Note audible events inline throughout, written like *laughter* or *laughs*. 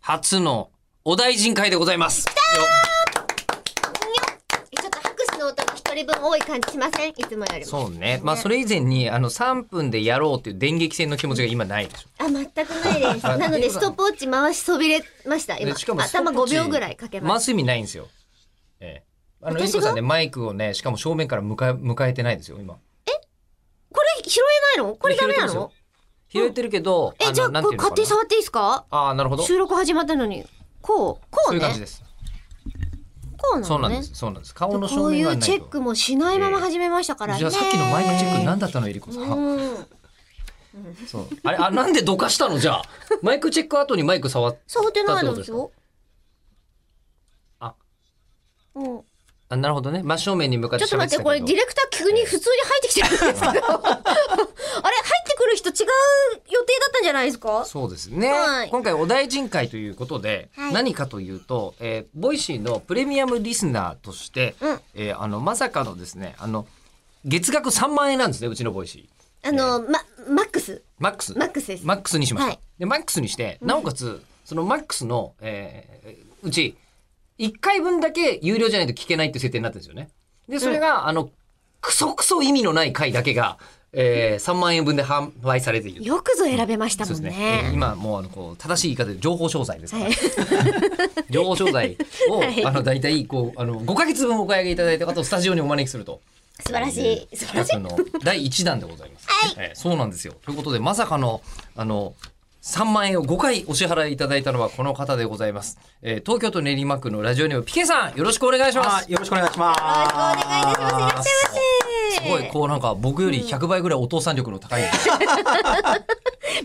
初のお大臣会でございます。ちょっと拍手の音が一人分多い感じしませんいつもよりも。そうね。まあそれ以前にあの3分でやろうっていう電撃戦の気持ちが今ないでしょ。あ、全くな *laughs* いです。あなのいいで、のかストップウォッチ回しそびれました、今。でしかも頭5秒ぐらいかけま回す。す意味ないんですよ。ええ。あの、ゆ私がりこさんね、マイクをね、しかも正面から迎え、迎えてないですよ、今。これ拾えないのこれダメなの拾えてるけど、え、じゃあ、のなんこてれいうのかな勝手に触っていいですかああ、なるほど。そ収録始まったのに。こう、こうういうね感。じです。こうなそうなのんねで。す。そうなんです。顔のこ正うい面がうなチェいッと。クもしないまま始めましたからね。じゃあさっきのマイクチェック何だったの、ゆりこさん。うん。そう。あれ、あ、なんでどかしたのじゃあ。マイクチェック後にマイク触っ触ってないのだですってこよ。あ、うん。あなるほどね。真正面に向かってちょっと喋ってたけど。待って、これディレクター急に普通に入ってきてるんですけ *laughs* ど。あれ、入ってくる人違う予定だったんじゃないですかそうですね、はい今回お大臣会ということで、はい何かというと、えーボイシーのプレミアムリスナーとして、うんえーあのまさかのですねあの月額3万円なんですねうちのボイシーあの、ま、マックス。マックスマックスですマックスにしました、はいでマックスにしてなおかつそのマックスの、えーうち1回分だけ有料じゃないと聞けないっていう設定になってるんですよねでそれが、あのクソクソ意味のない回だけが、えー3万円分で販売されているよくぞ選べましたそもうんですね。えーね。今もうあのこう正しい言い方で情報商材ですから、はい。 *laughs* 情報商材を、はいあの大体こうあの5ヶ月分お買い上げいただいた方をスタジオにお招きすると。素晴らしい。素晴ら企しい。画の第1弾でございます。えーそうなんですよ。ということでまさかのあの3万円を5回お支払いいただいたのはこの方でございます。えー東京都練馬区のラジオネームピケさんよろしくお願いしまあす。よろしくお願いします。よろしくお願いいたします。いらっしゃいませ。すごいこうなんか僕より100倍ぐらいお父さん力の高い、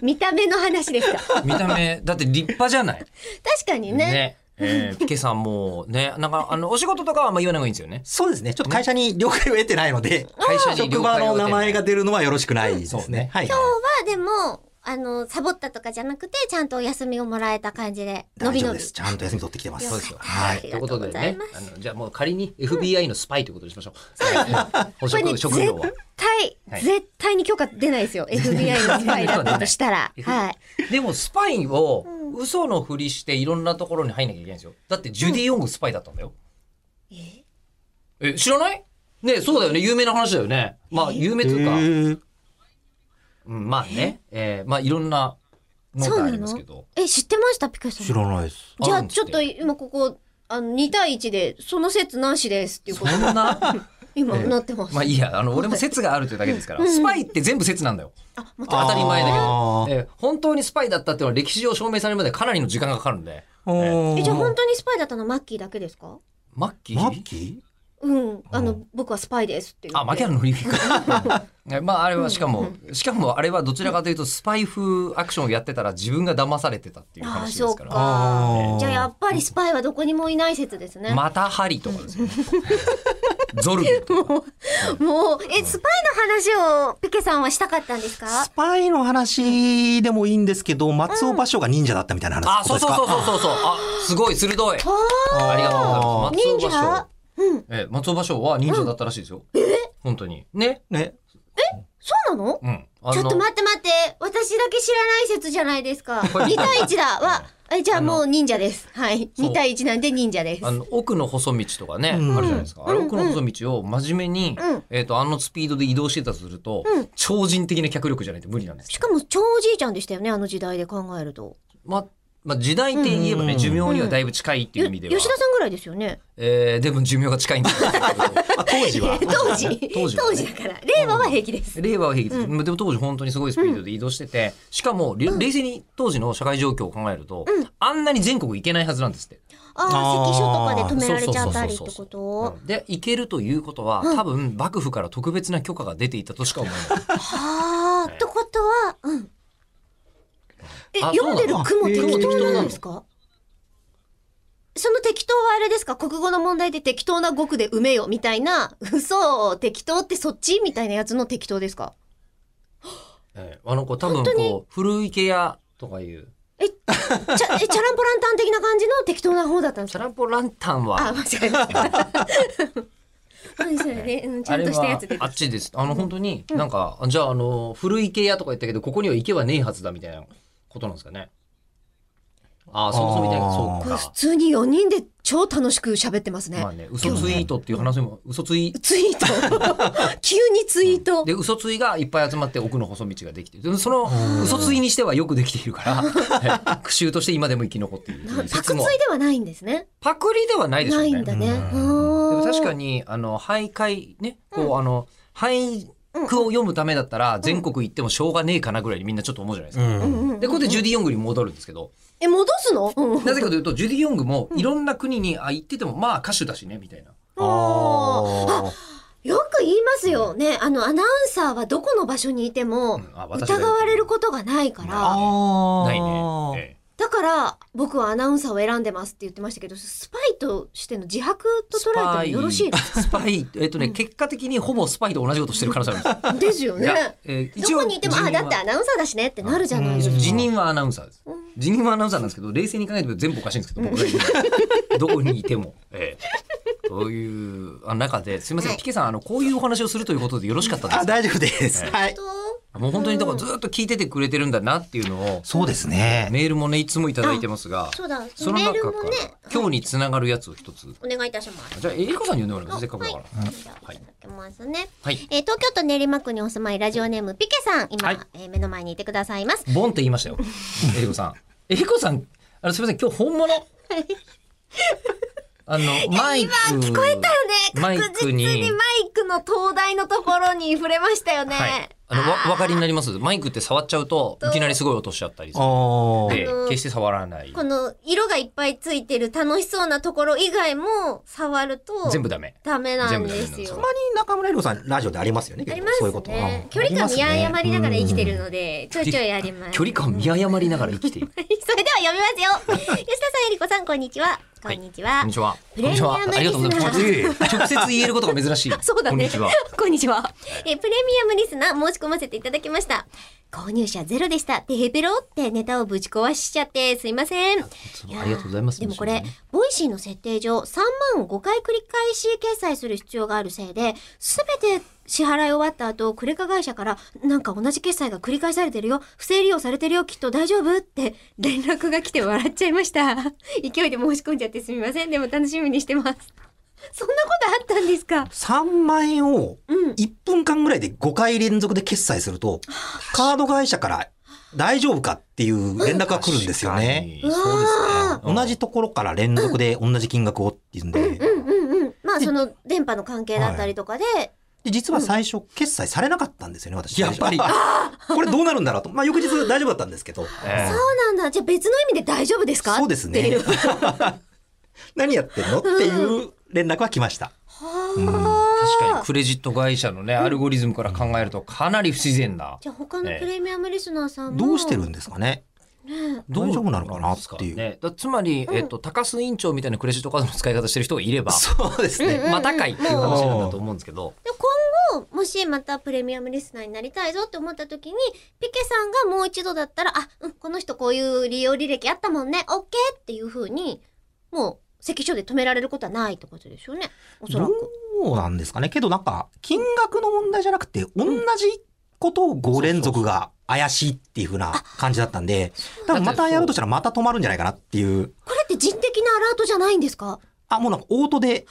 見た目の話で *laughs* すか。確見た目だって立派じゃない。かにね。ね。えー、ピケさんもね、なんかあのお仕事とかはあんま言わない方がいいんですよね。そうですね。ちょっと会社に了解を得てないので、会社に了職解を得場てないの名前が出るのはよろしくないでそうですすねね。はい。今日はでも、あの、サボったとかじゃなくて、ちゃんとお休みをもらえた感じで、伸大び丈伸夫びで。す。ちゃんと休み取ってきてます。そうですよはありい。といがうとことうごでざいねます。、あのじゃあもう仮に FBI のスパイということにしましょう。お *laughs* これ職ね、職業は絶。対、はい絶対に許可出ないで *laughs* すよ。FBI のスパイだったとしたら。はい。でもスパイを嘘のふりしていろんなところに入んなきゃいけないんですよ。だってジュディ・ヨングスパイだったんだよ。え知らないねそうだよね有名な話だよね。まあ有名というか、ーうん、まあね、えーまあいろんなのそうがあなりますのけど。え、知ってましたピカさん。知らないです。じゃああ、るんですっちょってと今ここ、あの、2対1で、その説なしですっていうことそんな、今ええなってます。まあいいや、あの俺も説があるというだけですから、スパイって全部説なんだよ。あ、また、当たり前だけどあ、ーえー本当にスパイだったっていうのは歴史上証明されるまでかなりの時間がかかるんで、え、じゃあ本当にスパイだったのはマッキーだけですかマッキーマッキうん。あの、僕はスパイですっていう。あ、マキャラのフリーキック *laughs* えまああれはしかも、しかもあれはどちらかというとスパイ風アクションをやってたら自分が騙されてたっていうああ、話でそすうから。かあ。ーじゃあ、やっぱりスパイはどこにもいない説ですね。またハリとかですよね。ゾルビと *laughs* か。もう、え、スパイの話をピケさんはしたかったんですーかスパイの話でもいいんですけど、松尾芭蕉が忍者だったみたいな話。あ、そうそうそうこそうそうそう。あ、すごい鋭い。とですかありがとうございあます。松尾芭蕉忍。え、松尾芭蕉は忍者だったらしいですよ。本当に。ね。ーね。そうなのうん。あのちょっと待って待って、私だけ知らない説じゃないですか。これ2対1だ。 *laughs* わ、え、じゃあもう忍者です。はい。そう2対1なんで忍者です。あの奥の細道とかね、うんあるじゃないですか、あれうん奥の細道を真面目に、うんえー、とあのスピードで移動してたとすると、うん超人的な脚力じゃないと無理なんですしよ、かも超おじいちゃんでしたよね、あの時代で考えると。まあまあ、時代って言えばね、うん寿命にはだいぶ近いっていうよ意味では、吉田さんぐらいですよね。。えーでも寿命が近いんですよまあ当時 *laughs* は当時。当当時時はねだから。令和は平気です。令和は平気です、でも当時本当にすごいスピードで移動してて、しかも、り冷静に当時の社会状況を考えると、あんなに全国行けないはずなんですって。あああ、ー関所とかで止められちそうそうそうゃそうったりってことで行けるということは、多分幕府から特別な許可が出ていたとしか思えない。はあ、ってことは、うん。え、あ読んでる雲そうなの適当なんですかその適当はあれですか国語の問題で適当な語句で埋めよみたいな、 *laughs* 嘘、適当ってそっちみたいなやつの適当ですか *laughs* えーあの子多分本当にこう古池屋とかいうえ、ちゃ、え、チャランポランタン的な感じの適当な方だったんですチャかランポランタンあ、は間違えました。何それね、うん、ちあゃんれとしたやはつであ。っちですあの本当になんか、じゃああの古池屋とか言ったけどここには池はねえはずだみたいなことなんですかねああ、そもそもみたいな。あーそうこかれ普。通に4人で超楽しく喋ってますね。まあね、嘘ツイートっていう話も、嘘ツイツイート *laughs* 急にツイート、で、嘘ついがいっぱい集まって奥の細道ができてる。でもその嘘ついにしてはよくできている *laughs* から、はい苦習として今でも生き残っているとないんうパクツ説イも。ではないんですね。パクリではないでしょうなね。いんだね。うでも確かに。に、あの、徘徊ね、こう、あの、俳句を読むためだったら、全国行ってもしょうがねえかなぐらいにみんなちょっと思うじゃないですうか。んうんうんうんで、ここでジュディ・ヨングに戻るんですけど、え、戻すの、うんなぜかというと、ジュディ・ヨングもいろんな国に、あ、行ってても、まあ歌手だしね、みたいな。ああよく言いますよね。あの、アナウンサーはどこの場所にいてもうんあ、私だよ疑われることがないから、あないね。ええだから、僕はアナウンサーを選んでますって言ってましたけど、スパイとしての自白と捉えてもよろしいですスパイ、えっとね、結果的にほぼスパイと同じことしてる可能性あるんですよ。ですよいやね。えー一ど応こにいても、辞あ、任はだってアナウンサーだしねってなるじゃないですか。辞任はアナウンサーですうん。辞任はアナウンサーなんですけど、冷静に考えてみると全部おかしいんですけど、僕ら言うのはどこにいても。ええというあ中で、すみません、はいピケさん、あの、こういうお話をするということでよろしかったですあ、か大丈夫です。はい。もう本当にだからずっと聞いててくれてるんだなっていうのを、そうですね。メールもね、いつもいただいてますが、そうだ、そのメー中ルかもらね、、今日につながるやつを一つ。お願いいたします。じゃあ、えりこさんに読んでもらいます。せっかくだはいから。いただきますね。はい。えー東京都練馬区にお住まいラジオネームピケさん今、はいえー目の前にいてくださいますボンって言いましたよ。えりこさん。えりこさん、あの、すみません、今日本物。あの、マイク。聞こえたマイクに確実マイクの灯台のところに触れましたよねはい。あの、わ、お分かりになりますマイクって触っちゃうと、いきなりすごい音しちゃったりすある。あ。であの、決して触らない。この色がいっぱいついてる楽しそうなところ以外も触ると全部ダメ。ダメなんで全部ダすメなんですよよたまに中村江里さんラジオでありますよね。あ結り構まそすういうこと。ねうん距離感見誤りながら生きてる。うんのでちょいちょいあります距離感見誤りながら生きている。 *laughs* それでは読みますよ吉田さんえりこさんこんにちはこんにちは、こんにちは。プレミアムこんにちはありがとうございます。リスナ直接言えることが珍しい。そうだね。こんにちは。。 *laughs* こんにちはえープレミアムリスナー申し込ませていただきました。購入者ゼロでした。てへぺろってネタをぶち壊しちゃってすいません。ありがとうございます。でもこれ、ボイシーの設定上3万を5回繰り返し決済する必要があるせいで、すべて支払い終わった後、クレカ会社から、なんか同じ決済が繰り返されてるよ、不正利用されてるよ、きっと大丈夫って連絡が来て笑っちゃいました。 *laughs* 勢いで申し込んじゃってすみません。でも楽しみにしてます。そんなことあったんですか三万円をうん。一分間ぐらいで五回連続で決済すると、カード会社から大丈夫かっていう連絡が来るんですよね。確かに。そうですね。同じところから連続で同じ金額をっていうんで、でうんうんうん。まあその電波の関係だったりとかで、実は最初決済されなかったんですよね、私。やっぱりこれどうなるんだろうと。まあ翌日大丈夫だったんですけど。ええそうなんだ。じゃあ別の意味で大丈夫ですかそうですって *laughs* いねう。何やってんのっていう連絡は来ました。確はかあ。にクレジット会社のね、アルゴリズムから考えるとかなり不自然な。じゃあ他のプレミアムリスナーさんも。どうしてるんですかね。大丈夫なのかなっていうね、だつまり、えっと、高須委員長みたいなクレジットカードの使い方してる人がいれば、 *laughs* そうですね。またかいっていう話なんだと思うんですけど、で今後、もしまたプレミアムリスナーになりたいぞって思った時に、ピケさんがもう一度だったら、あ、うん、この人こういう利用履歴あったもんね、オッケーっていう風に、もう、席所で止められることはないってことですよね。おそらどく。うなんですかね。けどなんか、金額の問題じゃなくて、同じことを5連続が怪しいっていう風な感じだったんで、多分またやろうとしたらまた止まるんじゃないかなっていう。これって人的なアラートじゃないんですかあ、もうなんかオートで、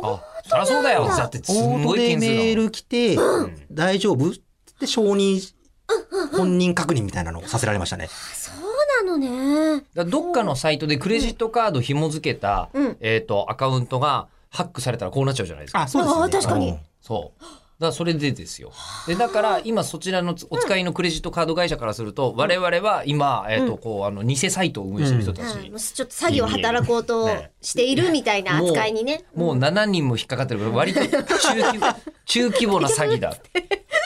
あ、そりゃそうだよ。そうなんだだってすオーんトごいで件数だもんメール来て、ん大丈夫って承認、本人確認みたいなのをさせられましたね。そうなのだね。からどっかのサイトでクレジットカード紐付けた、うんえっ、と、アカウントがハックされたらこうなっちゃうじゃないですか。あ、そうですね。あ確かにうんそう。だからそれでですよ。で、だから今そちらのつお使いのクレジットカード会社からすると、我々は今、えっ、と、こう、あの、偽サイトを運営してる人たち、あもうちょっと詐欺を働こうとしているみたいな扱いにね。もう7人も引っかかってるから、割と中規中規模な詐欺だ。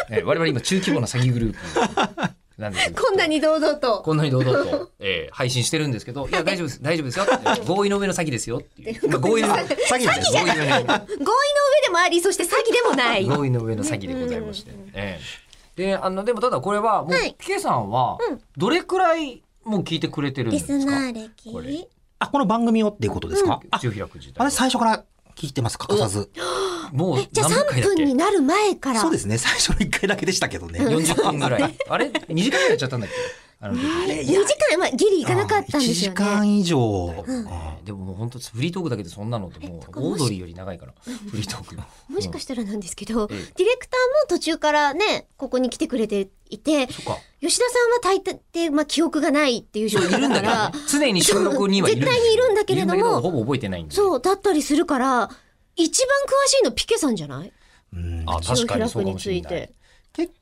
え我々今中規模な詐欺グループなんですけどこんなに堂々と。こんなに堂々と、えー配信してるんですけど、いや、大丈夫です、大丈夫ですよって。合意の上の詐欺ですよっていう。まあ合意の上、詐欺じゃないです合意の上の合意の上でもあり、そして詐欺でもない。合意の上の詐欺でございまして。ええで、あの、でもただこれは、もうはい、ピケさんは、どれくらい、もう聞いてくれてるんリですスナかーこれ歴。あ、この番組をっていうことですか、あ、中百時代私。最初から聞いてます、欠かさず。もうじゃあ何3回だっ分にけなる前から。そうですね、最初の1回だけでしたけどね。 ?40 分ぐらい。あれ ?2 時間ぐらいやっちゃったんだっけあの時あれい2や時間、まあ、ギリ行かなかったんですよ1時ね。間以上。ねでももう本当フリートークだけでそんなのってもうえとかもオしードリーより長いからフリートークもしかししたらなんですけど、ええディレクターも途中からね、ここに来てくれていて、そっか吉田さんは大抵、まあ、記憶がないっていう状そうい態るんだかだけどらね、常に収録にはいるんだけど絶対にいるんだけれどもいるんほぼ覚えてないんでそう、だったりするから、一番詳しいのピケさんじゃないうんあ確かにそうかもしれ口を開くについないて。結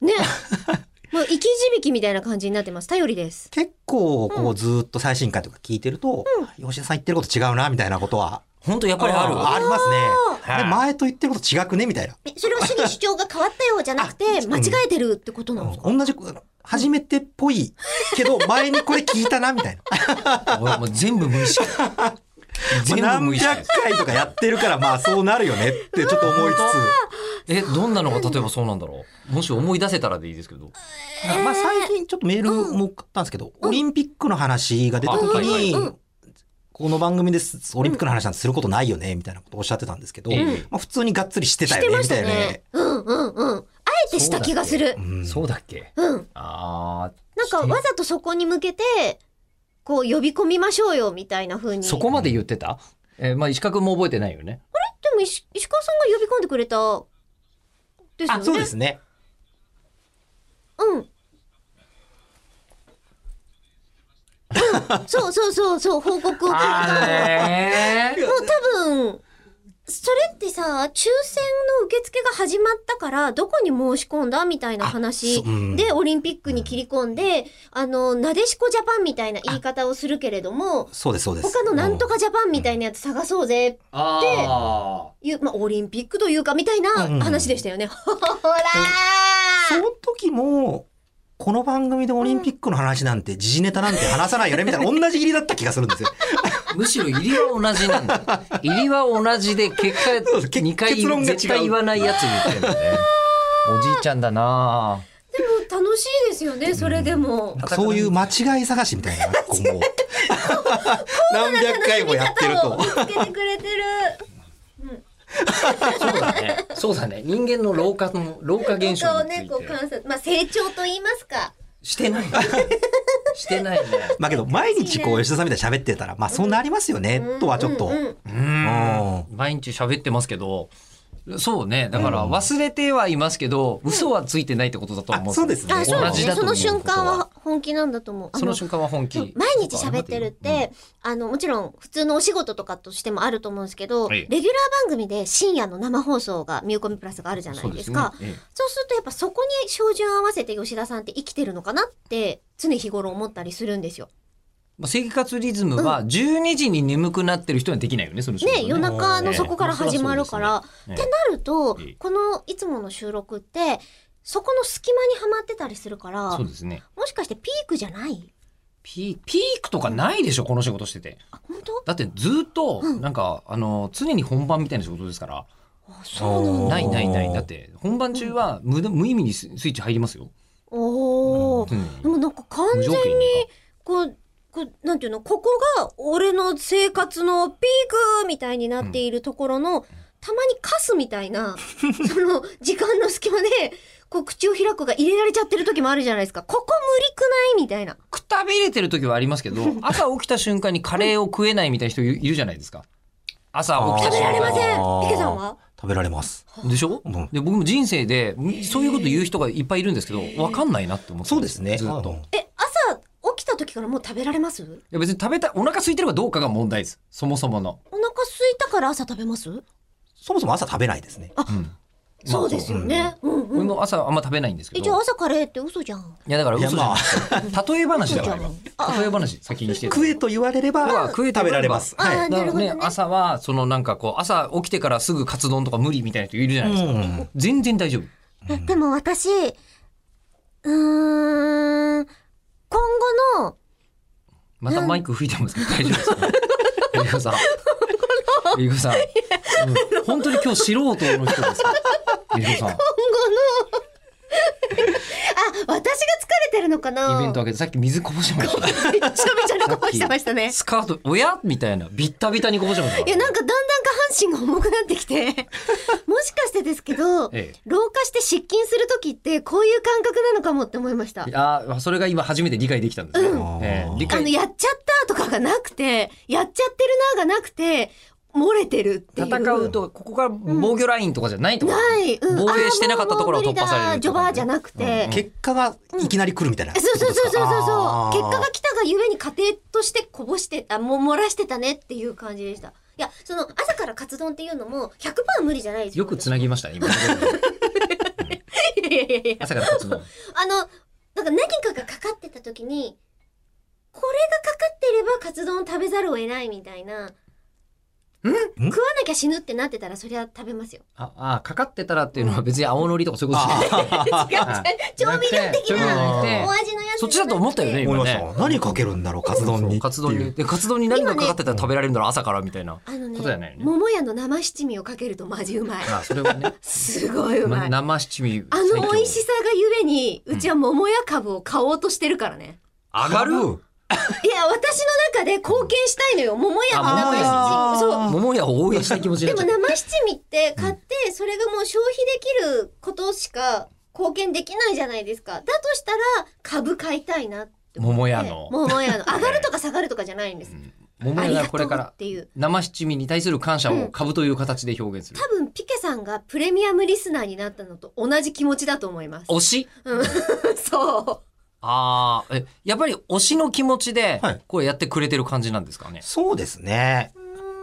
ね。 *laughs* もう生き字引みたいな感じになってます。頼りです。結構、こう、ずーっと最新回とか聞いてると、吉田さん言ってること違うな、みたいなことは、本当やっぱりあるありますね。はいで前と言ってること違くねみたいな。えそれは主義主張が変わったようじゃなくて、間違えてるってことなんですか、同じ、初めてっぽい *laughs* けど、前にこれ聞いたな、みたい *laughs* な。俺 *laughs* もう全部無意識全部無何意識で百す回とかやってるから、まあそうなるよねってちょっと思いつえどんなのが例えばそうなんだろうもし思い出せたらでいいですけどつ。まあ最近ちょっとメールも送ったんですけど、オリンピックの話が出た時にうんうん、この番組です、オリンピックの話なんてすることないよね、みたいなことをおっしゃってたんですけど、うんまあ普通にがっつりしてたしよてね、まみしたたいなねね。。うんうんうん。あえてした気がするう。んそうだっけうん。あーなんかわざとそこに向けて、こう呼び込みましょうよみたいな風に。そこまで言ってたえーまあ石川君も覚えてないよねでも石石川さんが呼び込んでくれた。ですよね。あ、そうですね。うん。うんそうそうそうそう報告をくれた。ねもう多分それってさ抽選の受付が始まったからどこに申し込んだみたいな話あそううんでオリンピックに切り込んであのなでしこジャパンみたいな言い方をするけれどもそうです、そうです。他のなんとかジャパンみたいなやつ探そうぜあいう、まあ、オリンピックというかみたいなうん話でした *laughs* よね。ほらそーの時も、この番組でオリンピックの話なんて、時事ネタなんて話さないよね、みたいな、同じ入りだった気がするん *laughs* ですよ。ーむしろ入りは同じなんだ入りは同じで結そう果け二回結論が違う絶対言わないやつ言ってんだ *laughs* ねおじいちゃんだなでも楽しいですよねそれでも。なんかそういう間違い探しみたいな、こう *laughs* もう何百回もやってる方をと見。つけてくれてる。そうだねそうだね人間の老化の老化現他象をにつねいこうて観察まあ成長と言いますか。してないねしてないねまあけど、毎日こう、吉田さんみたいに喋ってたら、まあそうなりますよね、とはちょっと。うんうんうんうん毎日喋ってますけどそうねだから忘れてはいますけど、嘘はついてないってことだと思う、あそうですねあ、そうだ同ねじだとそ思のう瞬間は本気なんだと思う。あそのの瞬間は本気毎日喋ってるって、あの、もちろん普通のお仕事とかとしてもあると思うんですけど、はレいギュラー番組で深夜の生放送がミューコミプラスがあるじゃないですか。そうですねえそうするとやっぱそこに照準合わせて吉田さんって生きてるのかなって常日頃思ったりするんですよ。まあ、生活リズムは12時に眠くなってる人にはできないよねその瞬間ね、夜中のそこから始まるから、ええってなるとええ、このいつもの収録って、そこの隙間にはまってたりするからそう、ですねもしかしてピークじゃないピピークとかないでしょこの仕事しててあ、本当だってずっとなんか、あの常に本番みたいな仕事ですからあ、そうなんだ。ないないないだって本番中は無無意味にスイッチ入りますよおお、常にでもなんか完無全条件にこう、こう、なんていうの、ここが俺の生活のピークみたいになっているところの、たまにカスみたい *laughs* な、その時間の隙間で、こう口を開くが入れられちゃってる時もあるじゃないですか。ここ無理くないみたいな。くたびれてる時はありますけど朝起きた瞬間にカレーを食えないみたいな人いいるじゃないですか朝起きた食べ瞬ら間れませんあーピケさんは食べられます。でしょ、うんで僕も人生でそういうこと言う人がいっぱいいるんですけど分かんないなって思ってたそんうですね。ずっと。うんえ、朝起きた時からもう食べられますいや別に食べたいお腹空いてるかどうかが問題ですそもそもの、お腹空いたから朝食べますそもそも朝食べないですね。うんそうですよね。うん俺うん。も朝あんま食べないんですけえ、どじゃあ朝カレーって嘘じゃん。いやだから嘘じゃないい例え話だから嘘今じゃん例え話先にしてる食えと言われれうわば、食食えと言われればべられます。あーはい。だなかるらほどねね朝はそのなんかこう朝起きてからすぐカツ丼とか無理みたいな人いるじゃないですか、うん全然大丈夫えでも私、うーん、今後の、またマイク吹いてますけど大丈夫ですかゆりこさんゆりこさん、うん本当に今日素人の人ですかゆりこさんあ、私が疲れてるのかなイベント開けてさっき水こぼしてましたねめちゃめちゃこぼしてましたね。スカート親みたいなビッタビタにこぼしてましたいかや、らなんかだんだん下半心が重くなって *laughs* きて、もしかしてですけど、え老化して失禁する時ってこういう感覚なのかもって思いましたえ。。あーそれが今初めて理解できたんですね。うんええ理あの、解。やっちゃったとかがなくて、やっちゃってるながなくて、漏れてるっていう。戦うと、ここが防御ラインとかじゃないとか、ない、うん、防衛してなかったところをあーもう突破されるもう無理だジョバーじゃなくて、うん結果がいきなり来るみたいな。そうそうそうそうそうあそーう結果が来たがゆえに家庭としてこぼしてたもう漏らしてたねっていう感じでしたいやその朝からカツ丼っていうのも100%無理じゃないですよく繋ぎましたね、今。 *laughs* いやいやいやいや朝から活動。あのなんか何かがかかってた時にこれがかかってればカツ丼を食べざるを得ないみたいな食わなきゃ死ぬってなってたらそりゃ食べますよあ、あ、かかってたらっていうのは別に青のりとかそういうことじゃない。 *laughs* あー違う違う調味料的ななおくて味のやつそっちだと思ったよね、思い今ましねた。。何かけるんだろう、カツ丼に。カツ丼っていに。う。で、カツ丼に何がかかってたら食べられるんだろう、朝からみたいな。あのことだよねね桃屋の生七味をかけるとマジうまいあ、それはね。すごいう *laughs* ままい生七味。あの美味しさ。さがゆえに、うちは桃屋株を買おうとしてるからね。上がるいや、私の中で貢献したいのよ。桃屋のあ生七あー味。そう。桃屋を応援したい気持ちにでなっもちゃった。生七味って買って、それがもう消費できることしか貢献できないじゃないですか。だとしたら、株買いたいなって思って。桃屋の桃 *laughs* 屋の。上がるとか下がるとかじゃないんです。桃あ屋りががこれとかうっらていう。生七味に対する感謝を株という形で表現する多。分、ピケさんがプレミアムリスナーになったのと同じ気持ちだと思います。推しうん *laughs* そう。ああ、え、やっぱり推しの気持ちではい、こうやってくれてる感じなんですかね。そうですね。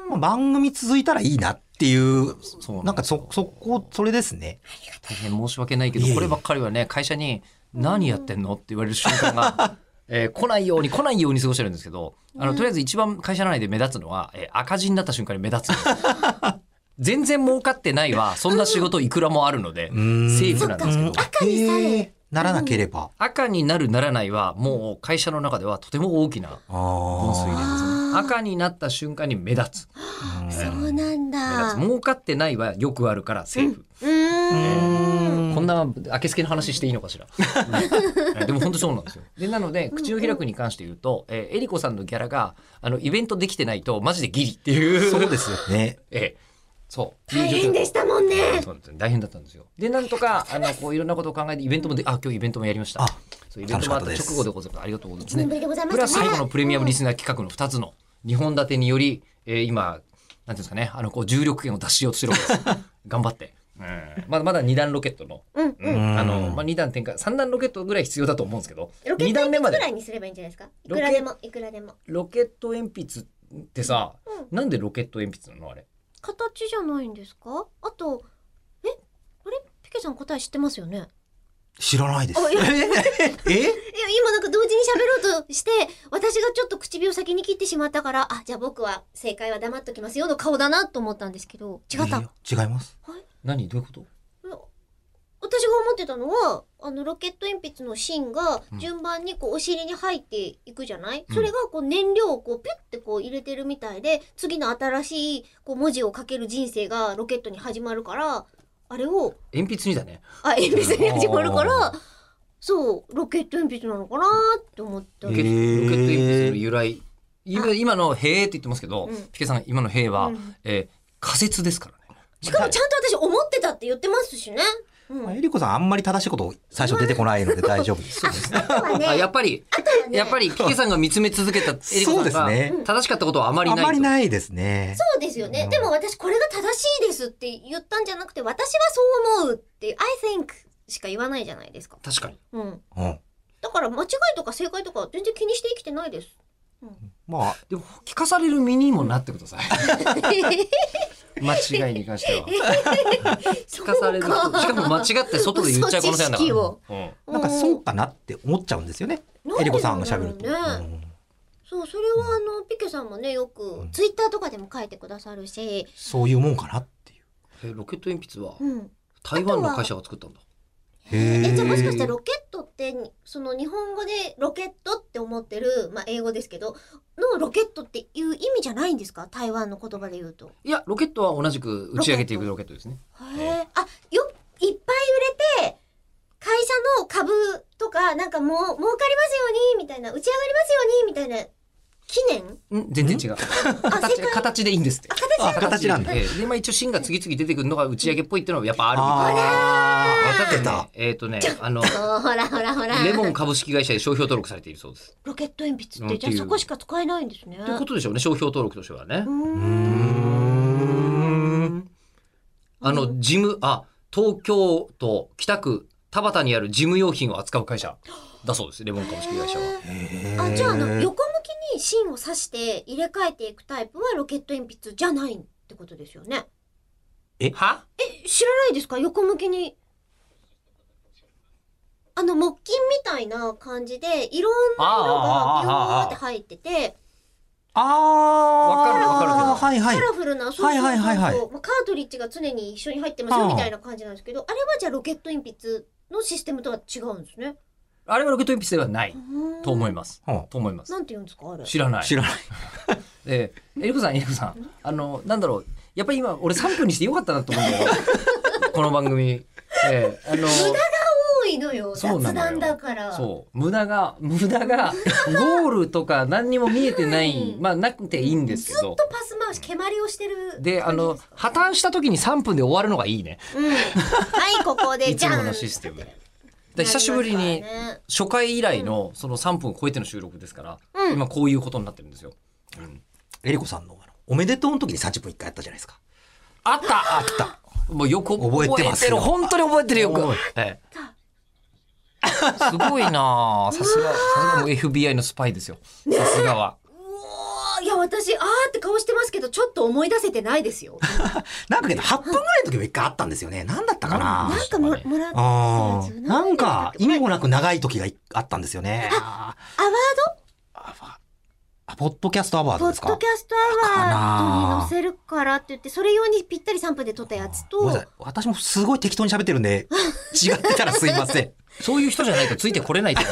まあ番組続いたらいいなっていう、そうなんでかすよそ、そこ、それですね。大変申し訳ないけいえいど、えこればっかりはね、会社に何やってんのって言われる瞬間が、 *laughs* えー来ないように来ないように過ごしてるんですけど、あの、とりあえず一番会社内で目立つのは、えー赤字になった瞬間に目立つんですよ。 *laughs* 全然儲かってないは、そんな仕事いくらもあるので、んセーフなんですけうどん。赤にさえへーならなければ。赤になるならないは、もう会社の中ではとても大きな分水あなんですよねあー赤になった瞬間に目立つ。あ。そうなん目立つ。。だ儲かってないはよくあるからセーフ。うーん。こんな明けすけの話していいの *laughs* かしら。うんでも本当そうなんですよ。でなので口を開くに関して言うと、えーえりこさんのギャラがあのイベントできてないとマジでギリっていう。そうですよね。 *laughs* ええそう。大変でしたもんねそうなんですよ大変だったんですよ。で、なんとか、あの、こう、いろんなことを考えて、イベントもで、あ、今日イベントもやりましたあ。そう、イベントもあった楽しかったです直後でございます。ありがとうございます一年ぶりでございまプしたねラス、最後のプレミアムリスナー企画の2つの2本立てにより、えー今、なんていうんですかね、あの、こう、重力圏を出しようとしてるわけ *laughs* です。頑張って。うんまだまだ2段ロケットの、うんううんあの、まあ、2段展開、3段ロケットぐらい必要だと思うんですけど、ロケ2ット段目鉛ま筆でぐらいにすればいいんじゃないですかいロくケらでもいくらでもロケット鉛筆ってさ、なんでロケット鉛筆なのあれ。形じゃないんですかあとえあれピケさん答え知ってますよね知らないです。あいやえいや今なんか同時に喋ろうとして私がちょっと唇を先に切ってしまったからあじゃあ僕は正解は黙っときますよの顔だなと思ったんですけど違ったいや違います。何どういうこと私が思ってたのはあのロケット鉛筆の芯が順番にこうお尻に入っていくじゃない、うんそれがこう燃料をこうピュッてこう入れてるみたいで次の新しいこう文字を書ける人生がロケットに始まるからあれを鉛筆にだね。あ鉛筆に始まるかあらそうロケット鉛筆なのかなって思ったロんケでロすケへット鉛筆ーの由来今今の「へえ」って言ってますけど、うんピケさん今の「へえは」うんえー仮説ですからね。しかもちゃんと私思ってたって言ってますしね。うん、まあえりこさんあんまり正しいこと最初出てこないので大丈夫です。そうですね。あとはねあ *laughs* やっぱり、あとはねやっぱりピケさんが見つめ続けたエリコさん *laughs* そうがですね正しかったことはあまりあないまりいないですね。そうですよね。でも私これが正しいですって言ったんじゃなくて、私はそう思うっていう、I think しか言わないじゃないですか。確かにうん。うん。だから間違いとか正解とか全然気にして生きてないです。 *laughs* まあ、でも聞かされる身にもなってくだ *laughs* さい間違いに関しては聞そうかされるしかも間違って外で言っちゃう可能性あるんだか嘘知識をら、うんなんかそうかなって思っちゃうんですよね。なんでえりこさんが喋ると。なんだろううんそう、それはあの、ピケさんもね、よくツイッターとかでも書いてくださるし、そういうもんかなっていう。えロケット鉛筆はうん。台湾の会社が作ったんだへーえじゃあもしかしてロケットってにその日本語でロケットって思ってる、まあ、英語ですけどのロケットっていう意味じゃないんですか台湾の言葉で言うと。いやロケットは同じく打ち上げていくロケットですねへえあよいっぱい売れて会社の株とかなんかもう儲かりますようにみたいな打ち上がりますようにみたいな記念 *laughs* うん全然違うあ正形解形でいいんですってあ形あ形なんだ。ええで、まあ一応芯が次々出てくるのが打ち上げっぽいっていうのはやっぱあるみたいあまた出たね、えっ、とね、あの、ほらほらほら。レモン株式会社で商標登録されているそうです。ロケット鉛筆っなて、んじてゃいうあそこしか使えないんですね。ということでしょうね、商標登録としてはねう。ーんあの、事務、あ、東京都北区田端にある事務用品を扱う会社だそうです、レモン株式会社は。ーあじゃああの横向きに芯を刺して入れ替えていくタイプはロケット鉛筆じゃないってことですよね。はえ知らないですか横向きに。あの木琴みたいな感じでいろんな色がビヨーって入っててあわかるわかるけどーはいはカい。ラフルなそうそうそうはいはいはいはいそうまあカートリッジが常に一緒に入ってますよあーみたいな感じなんですけどあれはじゃあロケット鉛筆のシステムとは違うんですね。あれはロケット鉛筆ではないと思います。うんと思います。なんて言うんですかあれ。知らない。知らない。えー、エリコさん、エリコさん、あの、なんだろう、やっぱり今、俺3分にしてよかったなと思うんだよ。 *laughs* この番組。えー、あの、多いのよそう雑なのよ談だから。そう、無駄が、無駄が、ゴールとか何にも見えてない、まあ、なくていいんですけど。ずっとパス回し、蹴鞠をしてる。で、あの、破綻した時に3分で終わるのがいいね。うん。はい、ここで、いつじゃもん。のシステム。で久しぶりになりますからね初回以来のその3分を超えての収録ですから、うん今こういうことになってるんですよ。エリコさんのあのおめでとうの時に30分1回やったじゃないですか。あったあった。もうよく覚えてますよ覚る本当に覚えてるよく覚え。ええすごいなあさすが、さすがもう FBI のスパイですよ。さすがは。うおーいや、私、あーって顔してますけど、ちょっと思い出せてないですよ。なんかけど8分ぐらいの時も1回あったんですよね。なんだったかななんかもそうですかねもらったやあつーなんか意味もなく長い時があったんですよね。あーアワーあポッドキャストアワードポドッですかドキャストアワードに載せるからって言って、それ用にぴったり3分で撮ったやつごとめんな、さい私もすごい適当に喋ってるんで、違ってたらすいません。そういう人じゃないとついてこれないってこ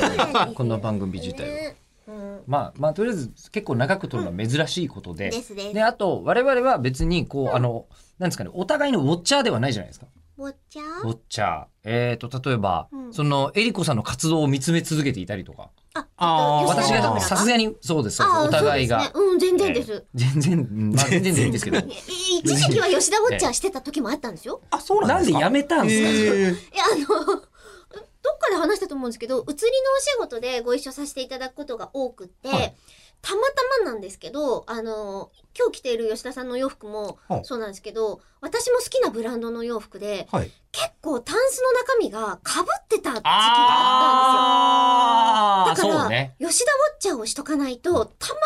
とこの番組自体は。ねうん。まあまあとりあえず結構長く撮るのは珍しいことで。ですです。であと我々は別にこうあのなんですかねお互いのウォッチャーではないじゃないですか。ぼっちゃウォッチャー。えー、と例えば、うんそのエリコさんの活動を見つめ続けていたりとかあ、あーえっと私吉田が村さすがにそうですそうですあーお互いが。そうですねうん、全然です。えー全然、うんまあ、全然でいいんですけ *laughs* ど。い一時期は吉田ウォッチャーしてた時もあったんですよ。あ、そうなんでやめめたんですか、いや、あの、 *laughs* どっかで話したと思うんですけど、写りのお仕事でご一緒させていただくことが多くって、はいたまたまなんですけど、あの、今日着ている吉田さんのお洋服もはいそうなんですけど、私も好きなブランドのお洋服で、はい。結構タンスの中身が被ってた時期があっああたんですよ。だそから、うね。吉田ウォッチャーをしとかないと、たま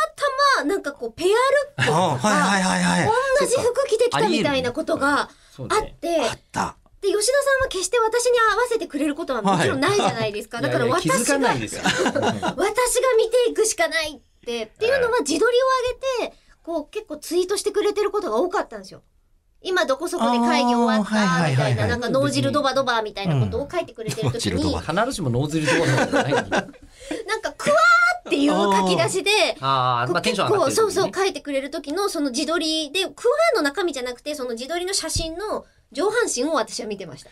たまなんかこう、ペアルあはいはいはいはい。同じ服着てきたみたいなことがそうあっね。て、あった。で、吉田さんは決して私に合わせてくれることはもちろんないじゃないで *laughs* すか。だからいやい私や気づかがない *laughs* ですよ。私が見ていくしかないって、っていうのは自撮りを上げて、こう結構ツイートしてくれてることが多かったんですよ。今どこそこで会議終わっあーた、はいみはたいはいいは、ないなんか脳汁ドバドバみたいなことを書いてくれてるうん脳時汁ドにバ、必ずしもノーズルとかではない。なんかクワーっていう書き出しで、ああ、まあテンション上がってる、ね。そうそう書いてくれる時のその自撮りで、クワーの中身じゃなくて、その自撮りの写真の上半身を私は見てました。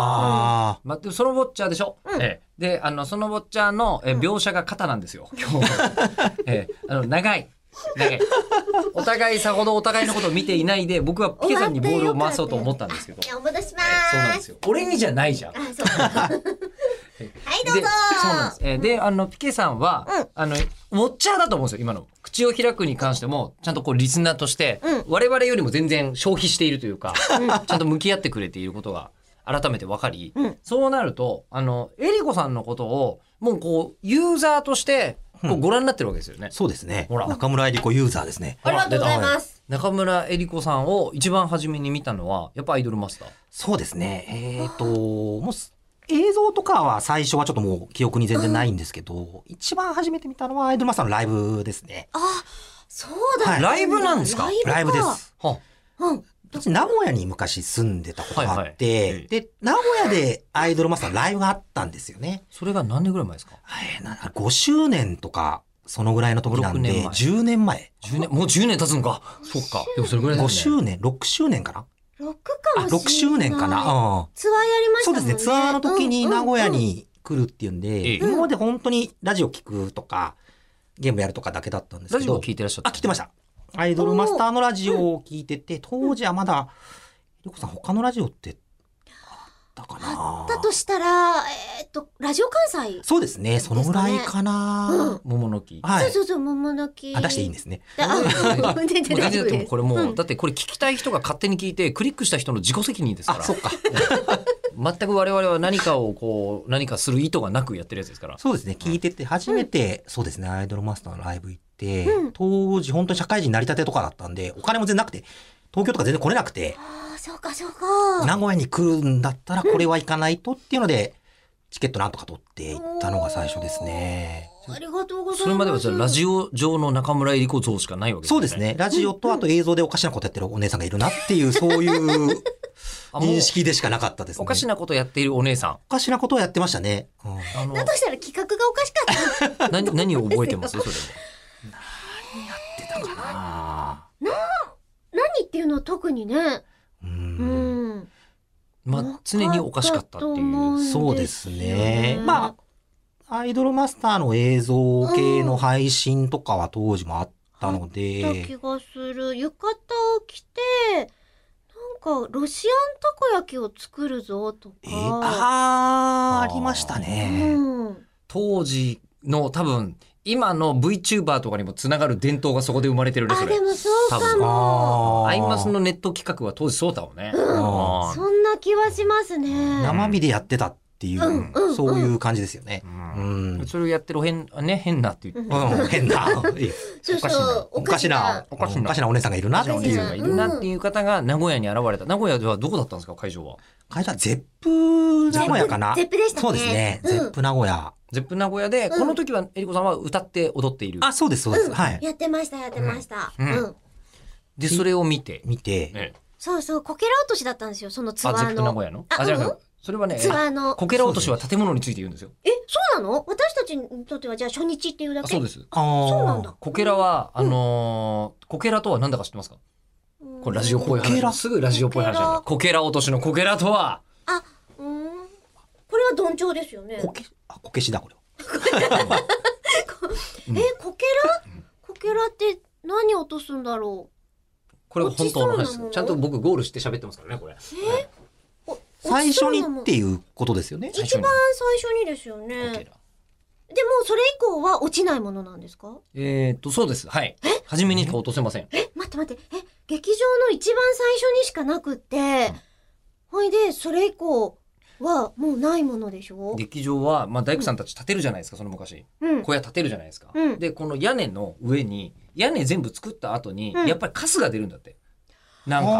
あまあ、でもそのウォッチャーでしょ、うんええであのそのウォッチャーの、えうん描写が肩なんですよ今日、ええあの長い長いお互いさほどお互いのことを見ていないで僕はピケさんにボールを回そうと思ったんですけど、いや、お戻しまええそうなんー。ですすよ俺にじゃないじゃんあ、 *laughs* そう。はい、どうぞでそうなんです、ええであのピケさんは、うんあのウォッチャーだと思うんですよ今の口を開くに関してもちゃんとこうリスナーとして、うん我々よりも全然消費しているというか、ちゃんと向き合ってくれていることが改めて分かり、うんそうなると、あの、エリコさんのことを、もうこう、ユーザーとして、こうご覧になってるわけですよねあ。。そうですね。ほら中村えり子ユーザーですね。ありがとうございほら出またす。中村エリコさんを一番初めに見たのは、やっぱアイドルマスター。そうですね。えっ、と、もうす映像とかは最初はちょっともう記憶に全然ないんですけど、一番初めて見たのはアイドルマスターのライブですね。あ、そうだ、はいライブなんですかかライブです。はうん。私名古屋に昔住んでたことがあって、はいはいで、名古屋でアイドルマスターのライブがあったんですよね。それが何年ぐらい前ですかえーな5周年とか、そのぐらいの時なんで、 5 6年前10年前。 ?10 年、もう10年経つのか。そっか。でもそれぐらい5ですね。周年、6周年かな六かあ、もしれない。 6周年かな、。うん、ツアーやりましたそうもんですね。ね。ツアーの時に名古屋に来るっていうんええで、今まで本当にラジオ聞くとか、ゲームやるとかだけだったんですラけジオど。聞いてらっしゃったあ、聞いてました。アイドルマスターのラジオを聞いてて、当時はまだ、りょうこさん他のラジオってあったかあなったとしたら、えーっと、ラジオ関西。そうですね、そのぐらいかな、桃の木。はそいうそうそう、桃の木。あ。出していいんですね。で。あ、全然もう全大然丈夫だってでもうす。これもう、んだってこれ聞きたい人が勝手に聞いてクリックした人の自己責任ですかあ、らそっか。全く我々は何かをこう何かする意図がなくやってるやつですからそうですね、聞いてて、初めて、そうですね、アイドルマスターのライブ行って、うん当時本当に社会人になりたてとかだったんで、お金も全然なくて、東京とか全然来れなくて、ああ、そうか、そうか。名古屋に来るんだったらこれは行かないとっていうので、チケットなんとか取って行ったのが最初ですね。ありがとうございます。それまではじゃあラジオ。オ上の中村江里子像しかないわけそうですね。ラジオとあと映像でおかしなことやってるお姉さんがいるなっていう、そういうあもう認識でしかなかったですね。おかしな。なことやっているお姉さんおかしなことをやってましたね。うんあのだとしたら企画がおかしかった。何何を覚えてますそれでもあ何っていうのは特にね。ーう。うんん。まあ、常におかしかったっていう。そうですね。まあ、アイドルマスターの映像系の配信とかは当時もあったのあで、った気がする。浴衣を着て、なんか、ロシアンたこ焼きを作るぞとか。えーあーありましたうね。ん。当時の多分、今の VTuber とかにもつながる伝統がそこで生まれてるね、あ、それで。もそう多か分も。あーアイマスのネット企画は当時そうだもんね。あーそんな気はしますね。生身でやってたっていう、うんうんそういう感じですよね。ううんん。うんそれをやってる変、ね、変なって言って。変な。いやそうそうおかしな。おおかかししなな。おかしなお姉さんがいるなっておお姉姉いささんんがう。いるなっていう方が名古屋に現れた。名古屋ではどこだったんですか、会場は。会社、ゼップ名古屋かなゼップゼップでしたねそうですね。うんゼップ名古屋。ゼップ名古屋で、うんこの時はえりこさんは歌って踊っている。あ、そうです、そうです。はい。やってました、やってました。ううんうんん。で、それを見て。見て、ねそうそう、こけら落としだったんですよ、そのツアあ、ゼーップ名古の。屋のああ、じゃうなんくそれはね、ツアーの。こけら落としは建物について言うんですよ。え、そうなの私たちにとってはじゃあ初日っていうだあけそうです。あーそうなんだ。こけらは、あのーこけらとは何だか知ってますかうんこれラジオっぽいこけ話。らすぐラジオっぽい話だから。こけら落としのこけらとは、あ、うーん。これはどんちょうですよね。こけ、あ、こけしだ、これは。うんえ、こけらこけらって何落とすんだろ *laughs* これが本当の話落ちそうなもです。のちゃんと僕ゴールして喋ってますからね、これ。うえお落ちそうな最初にもんっていうことですよね。最一初に番最初にですよね。こでけもら。それ以降は落ちないものなんですかえーっと、そうです。はい。初めにしか落とせません。え、待って待って。え、劇場の一番最初にしかなくって、ほいで、それ以降はもうないものでしょ劇場は、まあ、大工さんたち建てるじゃないですか、その昔。うん。小屋建てるじゃないですか。うんで、この屋根の上に、屋根全部作った後に、うんやっぱりカスが出るんだって。なあんか。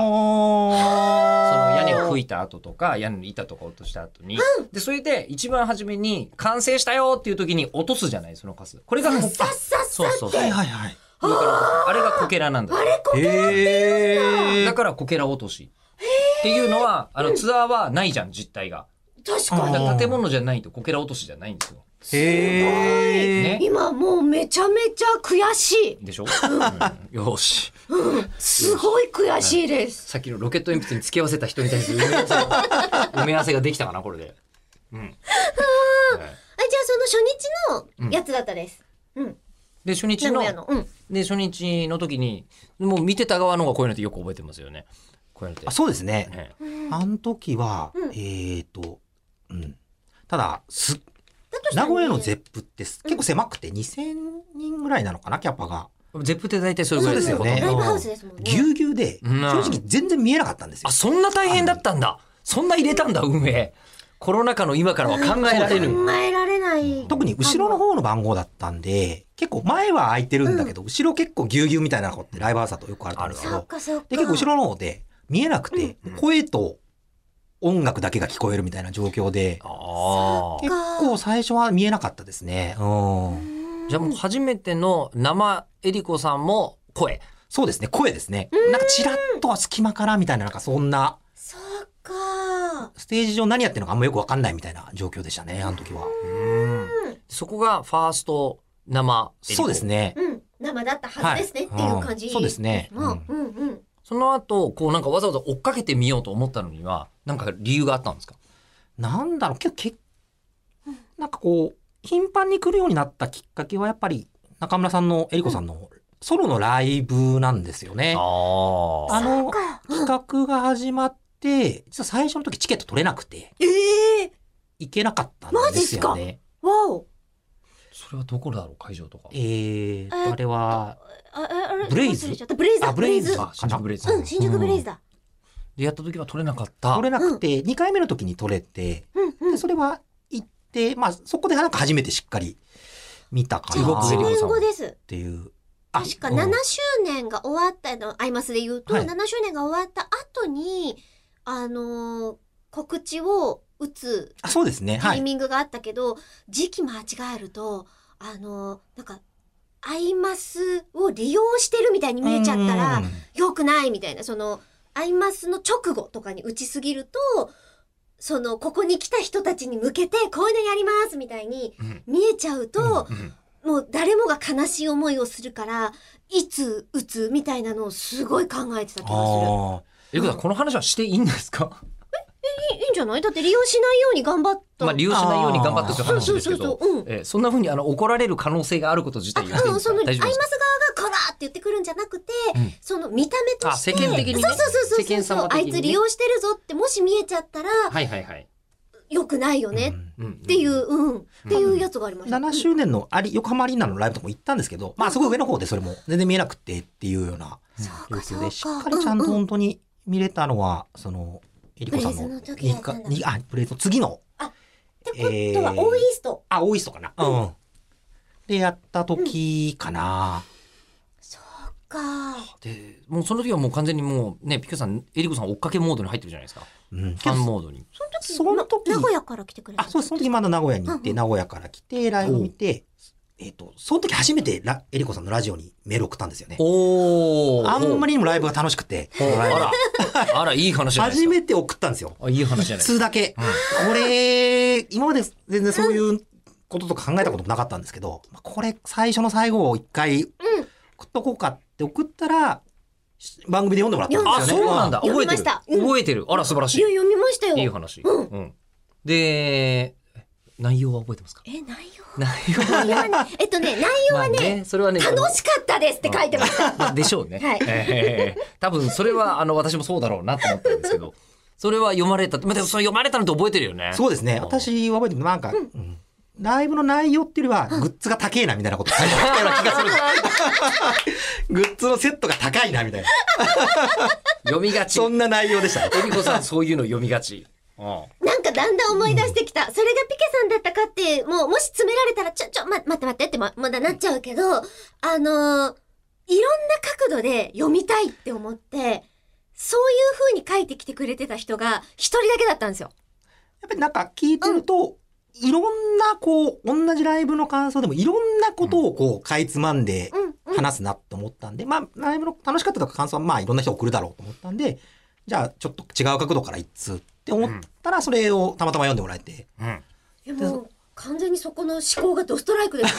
そのー屋根を吹いた後とか屋根の板とか落とした後に、でそれで一番初めに完成したよっていう時に落とすじゃないそのカスこれがこさっさっさそうそうそうはいだかはいはい。らあれがこけらなんだあれこけらえだからこけら落としっていうのはあのツアーはないじゃん実態が確あかーだから建物じゃないとこけら落としじゃないんですよへねに。今もうめちゃめちゃ悔しい。でしょ、うんよしすごい悔しいです。さっきのロケット鉛筆に付き合わせた人に対する埋め合わせの埋め合わせができたかなこれでうん、 *laughs* はいあ、じゃあその初日のやつだったです。うん。で初日名の古屋の。うん。で初日の時にもう見てた側の方がこういうのってよく覚えてますよねこういうのってあ、そうですね。ねあの時は、うんえっ、と、うん。ただ、す、だとしたら名ね古屋のゼップってす結構狭くて2000人ぐらいなのかな、キャパが。ゼップって大体それぐらいそうですよねほとんどライブハウスですもんね。ぎゅうぎゅうで、うん正直全然見えなかったんですよあ。そんな大変だったんだそんな入れたんだ運営コロナ禍の今からは考えられる考えられない。特に後ろの方の番号だったんで、結構前は空いてるんだけど、後ろ結構ぎゅうぎゅうみたいなのってライブハウスだとよくあると思うんですけそっど、かそっか。で、結構後ろの方で見えなくて、うん声と音楽だけが聞こえるみたいな状況で、あそあっ結構最初は見えなかったですね。うん。うん。じゃあもう初めての生えりこさんも声そうですね、声ですね。なんかチラッとは隙間からみたいな、なんかそんな、そっか。ステージ上何やってるのかあんまよくわかんないみたいな状況でしたね、あの時は。そこがファースト生えりこそうですね。うん。生だったはずですねっていう感じ。はいうんそうですねまあうんうん。その後こうなんかわざわざ追っかけてみようと思ったのにはなんか理由があったんですかなんだろう、結構、けなんかこう、頻繁に来るようになったきっかけはやっぱり、中村さんの、えりこさんの、ソロのライブなんですよね。あああ。のか、企画が始まって、実は最初の時チケット取れなくて、ええ行けなかったんですよね。ー、わお。それはどこだろう会場とかえ。ーえーと、あれは、あ、あ、あれ、ブレイズ忘れちゃったブレイズだ。あブレイズあ、新宿ブレイズ。うん、新宿ブレイズだ。で、やった時は取れなかった。取れなくて、2回目の時に取れて、うん、うでん。それは行って、まあ、そこでなんか初めてしっかり見たかじゃな動あく1ベリっー年後です。ていう。あ確かうん7周年が終わったの、アイマスで言うと、はい7周年が終わった後に、あのー告知を打つあそうですね。タはイい。ミングがあったけど、時期間違えると、あのーなんか、アイマスを利用してるみたいに見えちゃったら、うん良くないみたいな、その、アイマスの直後とかに打ちすぎると、その、ここに来た人たちに向けて、こういうのやりますみたいにうん見えちゃうと、うんもう誰もが悲しい思いをするから、いつ打つみたいなのをすごい考えてた気があえ、くだこの話はしていいんです *laughs* かする。いいいいんじゃないだって利用しないように頑張った。まあ、利用しないように頑張ったというそう話そうですそけうそど。。ううん。えーそんな風にあの怒られる可能性があること自あ、体う言ん、っていいんですかその、ア大イマス丈夫側ですかがこらって言ってくるんじゃなくて、うんその見た目とあして、世間的にねそうそうそうそう世間様的あにねいつ利用してるぞって、もし見えちゃったら、はいはいはい。良くないよーねうんうんっていう、うん、っていうやつがありました。 7周年のあり横浜アリーナのライブとかも行ったんですけど、まあ、すごい上の方でそれも全然見えなくてっていうようなそう状か況そうか。で、しっかりちゃんとうう本当に見れたのは、その、えりこさんブレイズのの時だったんだにあ、プレート、次の、ってことは、オーイースト。あ、大磯かな。うん。で、やった時かな。そうか。で、もうその時はもう完全にもうね、ピカさん、エリコさん追っかけモードに入ってるじゃないですか。うん。ファンモードに。その時、その時な名古屋から来てくれた。あ、そうです。その時まだ名古屋に行って、名古屋から来て、ライブ見て、えっと、その時初めてラ、えりこさんのラジオにメール送ったんですよね。おあんまり。りにもライブが楽しくて、ほうあら、あら、いい話じゃないです初か。めて送ったんですよ。あ、いい話じゃない普ですか。通だけ。これ、今まで全然そういうこととか考えたこともなかったんですけど、まあこれ、最初の最後を一回送っとこうかって送ったら、し番組で読んでもらったんあ、ですそよね。うなんだ。うん覚えて読みまる。したうん覚えてる。あら、素晴らしいや、い。読みましたよ。いい話。うんうん。で、内容は覚えてますかえ、 *laughs* 内容内容は内容は *laughs* ね、えっとね、内容まはあね、ね、それはね、楽しかったですって書いてました。まあでしょうね。はいえー多分それはあの私もそうだろうなと思ったんですけど、それは読まれたって、まあ、でもそれ読まれたのって覚えてるよね。そうですね。ん。私は覚えてるなんか、うんライブの内容っていうよりは、グッズが高えなみたいなこと書いてあったような気がする。グッズのセットが高いなみたい *laughs* な。読みがち。そえんな内容でしたね。りこさんそういうの読みがち。うん。なんかだんだん思い出してきた。それがピケさんだったかって、もう、もし詰められたら、ちょ、ちょ、ま、待って待ってってま、まだなっちゃうけど、あのーいろんな角度で読みたいって思って、そういう風に書いてきてくれてた人が、一人だけだったんですよ。やっぱりなんか聞いてると、いろんなこう、同じライブの感想でもいろんなことをこう、かいつまんでうん、うん。話すなと思ったんで、まあ、ライブの楽しかったとか感想はまあ、いろんな人送るだろうと思ったんで、じゃあ、ちょっと違う角度から一通って思ったら、それをたまたま読んでもらえて、うん。いやもう、完全にそこの思考がドストライクです。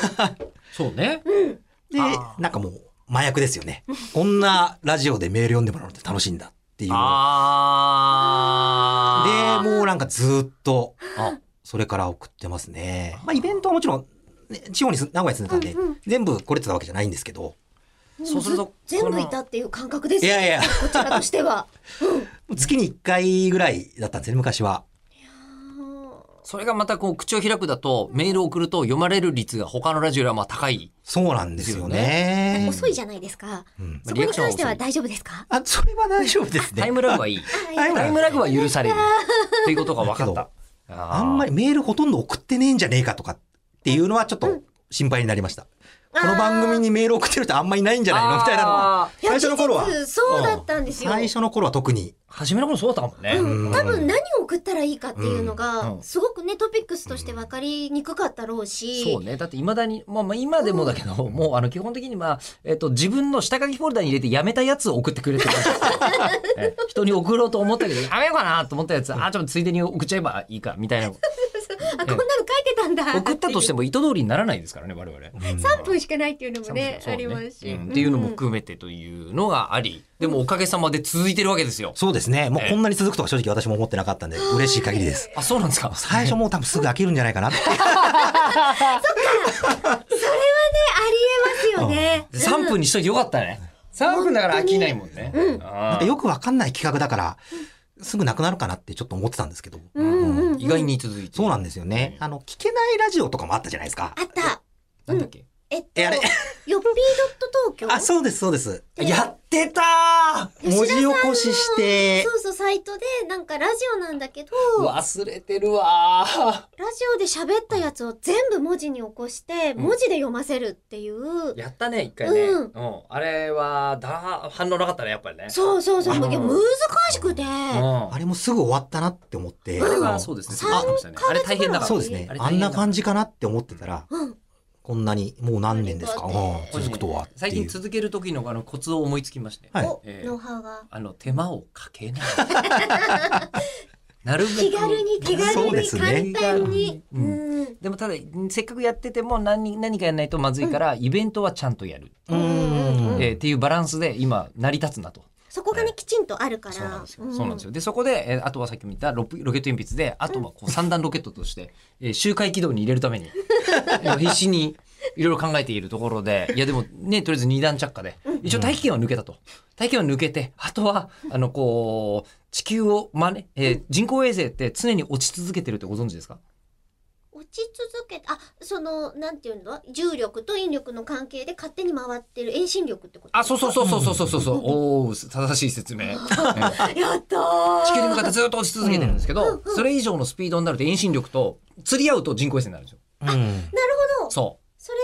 そうね。うん。であ、ーなんかもう、麻薬ですよ *laughs* ね。こんなラジオでメール読んでもらうのって楽しいんだっていう。で、あー。もうなんかずっと、あそれから送ってますね。まあ、イベントはもちろん、ね地方にす名古屋に住んでたんで、うんうん全部来れてたわけじゃないんですけど、そうすると全部いたっていう感覚ですいよやいやこちらとして *laughs* は。月に1回ぐらいだったんですよね、昔は。それがまたこう口を開くだとメールを送ると読まれる率が他のラジオよりはまあ高い。そうなんですよあね。ー遅いじゃないですか。うんそこに関しては大丈夫ですかあ、それは大丈夫ですね。タイムラグはいい。あタイムラグタイムラグは許される。っていうことが分かっだた。ああんまり。りメールほとんど送ってねえんじゃねえかとかっていうのはちょっと心配になりました。あーこの番組にメール送ってる人あんまりいないんじゃないのみたいなのは。あー。最初の頃はいや事実そうだったんですよ。最初の頃は特に。初めの頃そうだったかもね。うん、うん多分何を送ったらいいかっていうのうんうがんすごくねトピックスとして分かりにくかったろうし、そうね。だって未だに、まあまあ今でもだけど、 *laughs* もうあの基本的にまあ、えっ、と自分の下書きフォルダに入れてやめたやつを送ってくれてる感じですえ人に送ろうと思ったけど、やめようかなと思ったやつ、あ、ちょっとついでに送っちゃえばいいか、みたいな。あこんなの書いてたん *laughs* だ送ったとしても意図通りにならないですからね、我々。 3分しかないっていうのもねそうありますし、うんっていうのも含めてというのがあり、でもおかげさまで続いてるわけですよ。そうですね。もうこんなに続くとは正直私も思ってなかったんで、嬉しい限りです。あ、そうなんですか。最初もう多分すぐ飽きるんじゃないかなって。それはねりえますよね。 *laughs* 三分にしといてよかったね。三分だから飽きないもんね。うなあんかーよくわかんない企画だから、すぐなくなるかなってちょっと思ってたんですけど。うんうんうんうん意外に続いてる。そうなんですよね。あの、聞けないラジオとかもあったじゃないですか。あった。なんだっけ。えっと、えあれよっぴー.東京あ、そうです、そうです。でやってたー吉文田さ字んの起こししてそ。うそう、サイトで、なんかラジオなんだけど、忘れてるわー。 *laughs* ラジオで喋ったやつを全部文字に起こして、うん文字で読ませるっていう。やったね一回ね。ううんん。あれはだ反応なかったねやっぱりね。そうそうそう。あのいや、難しくて。うんあれもすぐ終わってたなって思って。あれはそうですね。三そうでしたねあれ大変だかヶあら。そうですねあ。れあ大ん変だな感じかなって思ってたら、うん。こんなに、もう何年ですか、あうりがとうございますん続くとはっていう。最近続ける時のあのコツを思いつきまして。はいお、ええノウハウが。あの手間をかけ *laughs* ない。なるべく気軽に気そう軽でにす簡ね単に。う。うんでもただんせっかくやってても何何かやらないとまずいから、イベントはちゃんとやる、うー。うんえーっていうバランスで今成り立つなと。そこがね、きちんとあるから。そうなんですよ。そうなんですよ。で、そこで、えーあとはさっきも言ったロロケット鉛筆で、あとはこう三段ロケットとして、えー周回軌道に入れるために、 *laughs* えー必死にいろいろ考えているところで、いやでもね、とりあえず二段着火で、一応大気圏は抜けたと。大気圏は抜けて、あとは、あの、こう、地球を真似、えー人工衛星って常に落ち続けてるってご存知ですか落ち続けあそのなんていうの重力と引力の関係で勝手に回ってる遠心力ってことあ、そうそうそうそうそうそうそうそう。おー、正しい説 *laughs* 明。えーうやったー地球に向かってずっと落ち続けてるんですけうんうんどうん、それ以上のスピードになると遠心力と釣り合うと人工衛星になるんですよ。うんそう。それ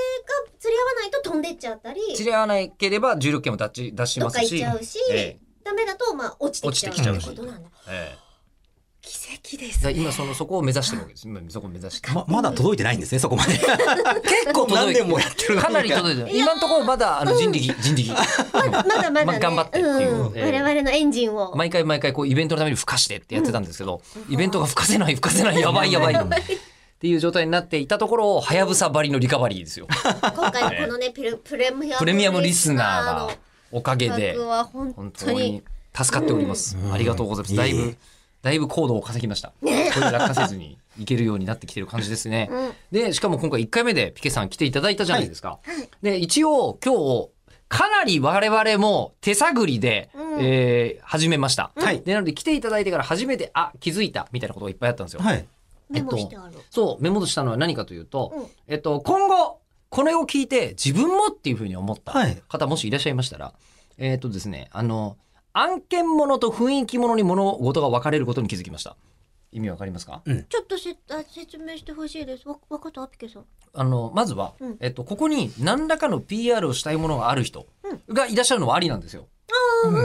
が釣り合わないと飛んでっちゃったり釣り合わなければ重力圏も脱ち脱しどまっかす行っしちゃうし、ええダメだとまあ落ちてきちゃう落ちてきちゃうってこしとなんだええ奇跡でだすからね今そのそこを目指してるわけです今そこを目指してま、まだ届いてないんですね、そ *laughs* こまで。結構届何いて年もやってるのにかなり届いてる *laughs* 今のところまだあの人力人 *laughs* 力まだまだまだ、ねまあ頑張ってっていうんええ我々のエンジンを毎回毎回こうイベントのために孵化してってやってたんですけどイベントが孵化せない孵化せないやばいやばいっていう状態になっていたところをはやぶさばりのリカバリーですよ今回のこのねプレプレミアムプレミアムリスナーのがおかげで企画は本本当当にに助かっておりますうんありがとうございますうんだいいえいぶだいぶ高度を稼ぎましたこれで落下せずにいけるようになってきてる感じですねうんで、しかも今回1回目でピケさん来ていただいたじゃないですか。で、一応今日、かなり我々も手探りで、うんえー始めました。はいで、なので来ていただいてから初めて、あ、気づいたみたいなことがいっぱいあったんですよ。はい。メモしてある、そう、メモしたのは何かというと、うんえっと、今後、これを聞いて自分もっていうふうに思ったはい方もしいらっしゃいましたら、えっとですね、あの、案件物と雰囲気物に物事が分かれることに気づきました。意味わかりますかちょっとせあ説明してほしいですわわかったアピケさんあのまずは、うんえっと、ここに何らかの PR をしたいものがある人がいらっしゃるのはありなんですよ。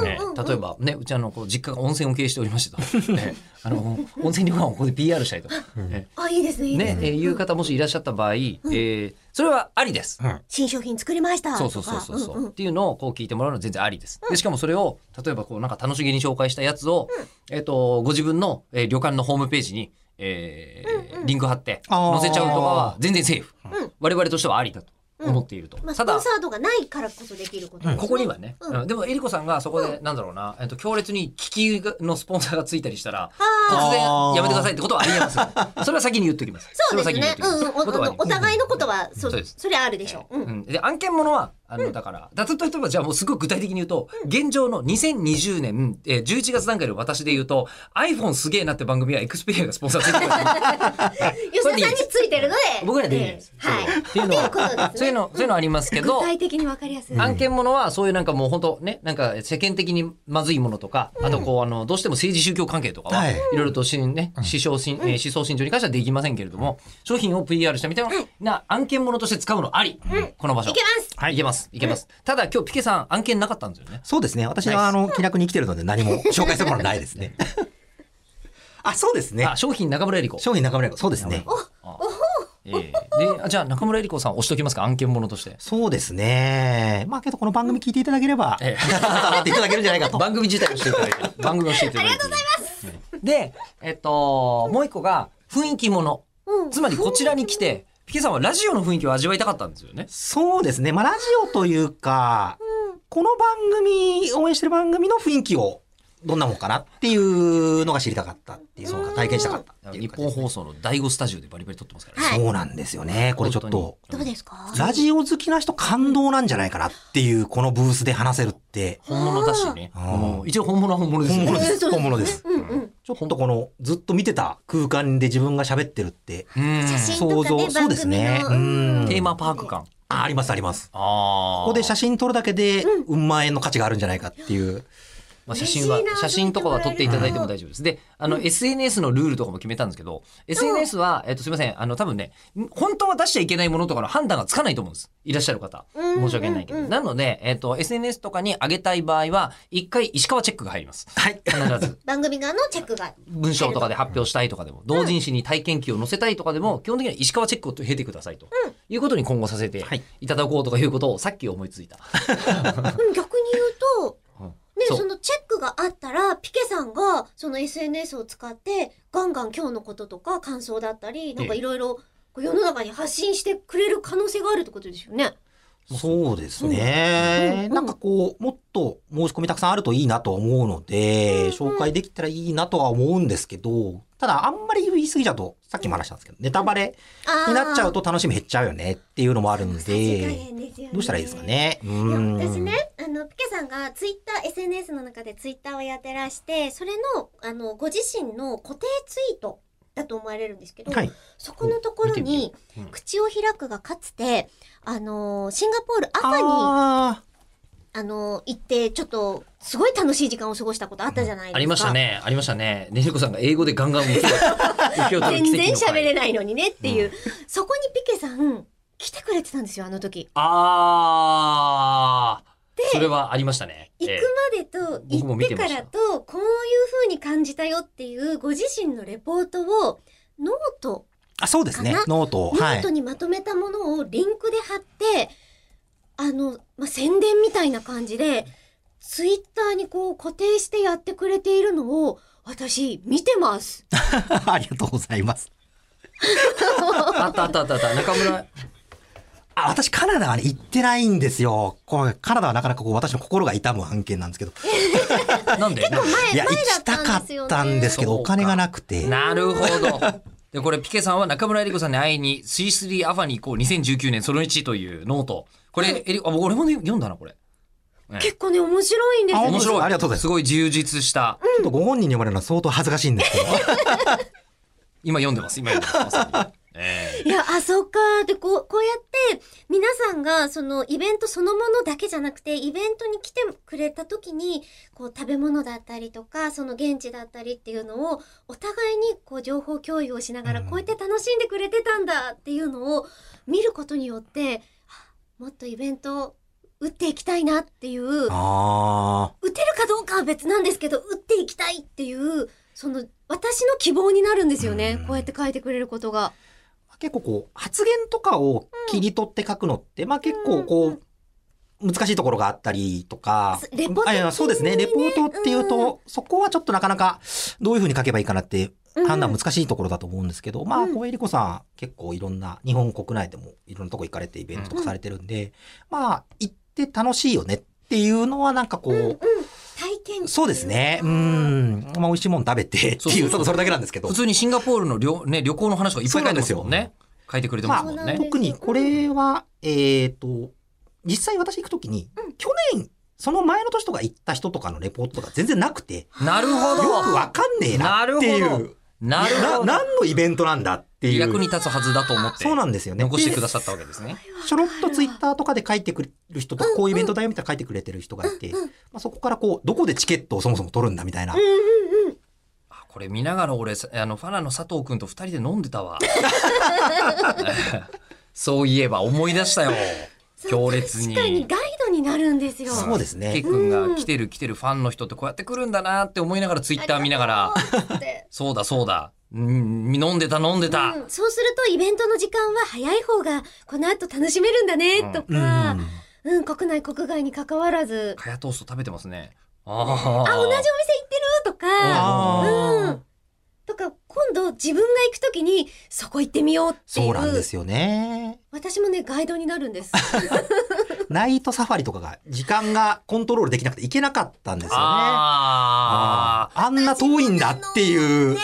ねうんうん例えばねうちあのこう実家が温泉を経営しておりまして *laughs* と、ねあの温泉旅館をここで PR したいと、ねあいいですねいいですねねえいう方もしいらっしゃった場合、えーそれはありです。うん新商品作りましたそうそとうそうかそうそう、んんっていうのをこう聞いてもらうのは全然ありです。でしかもそれを例えばこうなんか楽しげに紹介したやつを、えっとご自分の、えー旅館のホームページに、えーリンク貼ってあ載ーせちゃうとかは全然セーフ、うん我々としてはありだと思っていると。まあ、スたポだンサードがないからこそできることですね、ここにはね、うんうんでもえりこさんがそこでなんだろうな、えっと強烈に気球のスポンサーがついたりしたらあ突然あーやめてくださいってことはありえます *laughs* よそれは先に言っときますそうですねれうは先んにう言んっおときますことはあおりお互いのことはそそううですそれはあるでしょう、うんうん、で案件ものはあの、だからだと例えばじゃあもうすごく具体的に言うと、現状の2020年、えー、11月段階の私で言うと iPhone すげえなって番組はエクスペリアがスポンサーついてくる *laughs* 吉田さんについてるので僕らできないです、はいっていうのはということですねそういうのそういうのありますけど具体的にわかりやすい、案件ものはそういうなんかもう本当ねなんか世間的にまずいものとか、あとこうあのどうしても政治宗教関係とかは、はいい、ろいろとしんね思想信、えー思想信条に関してはできませんけれども商品を PR したみたいな,、な案件ものとして使うのあり、この場所いけますはい、いけますいけます、ただ今日ピケさん案件なかったんですよねそうですね。私ナイスは、あの、気楽に生きてるので何も紹介するものないです *laughs* ね。あ、そうですねあ。商品中村江里子商品中村屋そうですね。えーであじゃあ中村江里子さん押しときますか案件ものとしてそうですね。まあけどこの番組聞いていただければ、ええ *laughs* 伝わっていただけるんじゃないかと。番組自体をしていただいて番組をしていただいてありがとうございますでえっともう一個が雰囲気ものうんつまりこちらに来て、ピケさんはラジオの雰囲気を味わいたかったんですよね。そうですね。まあラジオというか、この番組、応援してる番組の雰囲気をどんなもんかなっていうのが知りたかったっていう、その体験したかったっていう日感本じですね放送の第5スタジオでバリバリ撮ってますからね。はいそうなんですよね。これちょっと、どうですかラジオ好きな人感動なんじゃないかなっていう、このブースで話せるって。本物だしね。あーうん一応本物は本物です本よ物でね。す。本物です。うんうん。ちょっとこの、ずっと見てた空間で自分が喋ってるって、うん写真とかね、想像そう番です組ねの。うんテーマパーク感。あありますあります。ああ。ここで写真撮るだけで、うん、万円の価値があるんじゃないかっていう。まあ、写真は嬉しい、な写真とかは撮っていただいても大丈夫です。で、あの、SNS のルールとかも決めたんですけど、SNS は、えっと、すみません、あの、多分ね、本当は出しちゃいけないものとかの判断がつかないと思うんです。いらっしゃる方。うん申し訳ないけうんど。うんなので、えっと、SNS とかに上げたい場合は、一回石川チェックが入ります。はい。必ず。番組側のチェックが。文章とかで発表したいとかでも、同人誌に体験記を載せたいとかでも、基本的には石川チェックを経てくださいと。いうことに今後させてはいいただこうとかいうことを、さっき思いついた。でも逆に言うと、うんね、そそうのチェックがあったら、ピケさんが、その SNS を使って、ガンガン今日のこととか感想だったり、なんかいろいろ、こう世の中に発信してくれる可能性があるってことですよね。そうですうんうね。んなんかこう、もっと申し込みたくさんあるといいなとは思うので、紹介できたらいいなとは思うんですけど、ただあんまり言い過ぎちゃうと、さっきも話したんですけど、ネタバレあーになっちゃうと楽しみ減っちゃうよねっていうのもあるんさじ加で、減ですよねどうしたらいいですかね。ういやん。私ね、あの、ピケさんがツイッター、SNS の中でツイッターをやってらして、それの、あの、ご自身の固定ツイートだと思われるんですけど、はい。そこのところ見てみに、口を開くがかつて、あの、シンガポール赤に、ああの、行って、ちょっと、すごい楽しい時間を過ごしたことあったじゃないですか。ありました。ね。ありましたね。ねじこさんが英語でガンガン受け *laughs* 受けを取る全奇然跡の喋回れないのにねっていう、そこにピケさん、来てくれてたんですよ、あの時。ああ。それはありましたね。行えくえまでと僕行もっ見ててかましたらとこういう風に感じたよっていうご自身のレポートをノート、あ、そうですねかな。ノートを。ノはーいト。にまとめたものをリンクで貼ってあの、まあ、宣伝みたいな感じでツイッターにこう固定してやってくれているのを私見てます。 *laughs* ありがとうございます。あったあったあったあった。中村。あ、私カナダはね、行ってないんですよ。これカナダはなかなかこう私の心が痛む案件なんですけど。なんで前いや、行前きだたったかんですよっねたんですけど、そうおか金がなくて。なるほど。で、これ、ピケさんは中村えり子さんに会いに、スイスリーアファに行こう2019年その1というノート。これ、えり、あ、俺もね読んだな、これ。結構ね面白いんですよあ面白いありがとうございますすごい充実した。ちょっとご本人に読まれるのは相当恥ずかしいんですけど。今読んでます。今読んでますま *laughs* さに。ええいや、あ、そっか。で、こう、こうやって、皆さんが、その、イベントそのものだけじゃなくて、イベントに来てくれた時に、こう、食べ物だったりとか、その現地だったりっていうのを、お互いに、こう、情報共有をしながら、うんこうやって楽しんでくれてたんだっていうのを、見ることによって、あもっとイベントを打っていきたいなっていう、打あてるかどうかは別なんですけど、打っていきたいっていう、その、私の希望になるんですよね。うんこうやって書いてくれることが。あ。結構こう、発言とかを切り取って書くのって、まあ結構こう、難しいところがあったりとか。レポート的にねあいやそうですね。レポートっていうと、そこはちょっとなかなか、どういうふうに書けばいいかなって、判断うん難しいところだと思うんですけど、まうあ、ん小江里子さん、結構いろんな、日本国内でもいろんなとこ行かれてイベントとかされてるんで、まあ、行って楽しいよねっていうのはなんかこう、体験そうですね。うん。まあ、美味しいもん食べてってそうそういう、ただそれだけなんですけど普。通にシンガポールの旅,、ね、旅行の話がいっぱい書いてますもんそうなんね。書いてくれてますもんまあね。特にこれは、えっ、と、実際私行くときに、去年、その前の年とか行った人とかのレポートとか全然なくて、なるほよど。くわかんねえなってないるほう。なるなほど。何のイベントなんだっていう。役に立つはずだと思って。そうなんですよね。残してくでださったわけですね。ちょろっとツイッターとかで書いてくれる人とか、こういうイベントだよみたいな書いてくれてる人がいて、まあ、そこからこう、どこでチケットをそもそも取るんだみたいな。あこれ見ながら俺、あの、ファナの佐藤くんと二人で飲んでた *laughs* わ。そういえば思い出したよ。強烈に。確かにガイドになるんですよ。そうですねケイ君が来てる来てるファンの人ってこうやって来るんだなって思いながらツイッター見ながら、でそうだそうだ、うん、飲んでた飲んで *laughs* た。うんそうするとイベントの時間は早い方がこの後楽しめるんだねとうん。か、うん国内国外に関わらずかやトースト食べてますね。ああ。あ同じお店行ってるとか、うあん、とか今度自分が行くときにそこ行ってみようっていうそうなんですよね。私もねガイドになるんです。ナイトサファリとかが時間がコントロールできなくて行けなかったんですよね。あああんな遠いんだっていう。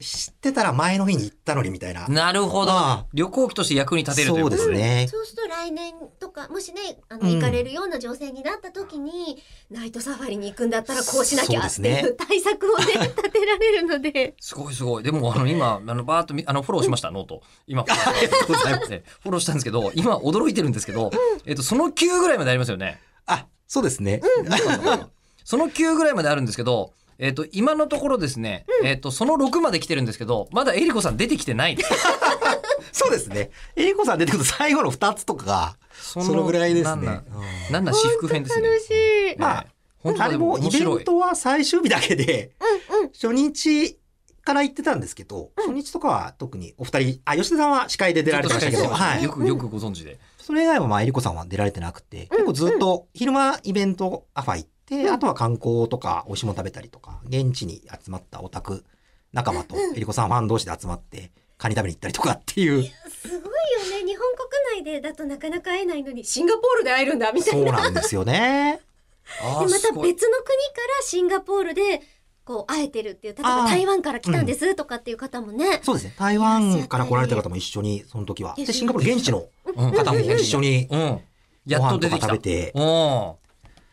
知ってたら前の日に行ったのにみたいなあ。。なるほどあー。旅行記として役に立てるというこそうとですね。そうすると来年とかもしねあのうん行かれるような情勢になった時に、ナイトサファリに行くんだったらこうしなきゃそうでってすねいう対策 *laughs* をね立てられるのですごいすごい。でも、あの、今、あの、バーっとみ、あの、フォローしました、ノート。今、フォローありがとうございます。ねフォローしたんですけど、今、驚いてるんですけど、えっと、その9ぐらいまでありますよ *laughs* ね。あ、そうですね。その9ぐらいまであるんですけど、えっ、と、今のところですね、えっ、と、その6まで来てるんですけど、まだエリコさん出てきてないです。 *laughs* そうですね。英子さん出てくると最後の2つとかが、そそのぐらいですなんねな。なんなん私服編ですね。楽しい、ねまあ、本当あだでれももイ面ベ白ンい。トは最終日だけで、 *laughs* うんうん初日から行ってたんですけど、初日とかは特にお二人、あ、吉田さんは司会で出られてましたけちど、ょっと司会はしていよ。く、よくご存知で。それ以外はまあ、えりこさんは出られてなくて、結構ずっと昼間イベントアファ行って、あとは観光とか美味しいもの食べたりとか、現地に集まったオタク仲間と、えりこさんファン同士で集まって、カニ食べに行ったりとかっていう、すごいよね日本国内でだとなかなか会えないのにシンガポールで会えるんだみたいそうななんですよね。あでーまた別すのごい国からシンガポールでこう会えてるっていう例えばあー台湾から来たんですとかっていう方もね、そうですね。台湾から来られた方も一緒に、その時は。で、シンガポール現地のうん方も一緒にごうん。やっと飯出とてかきた。食べて、うん。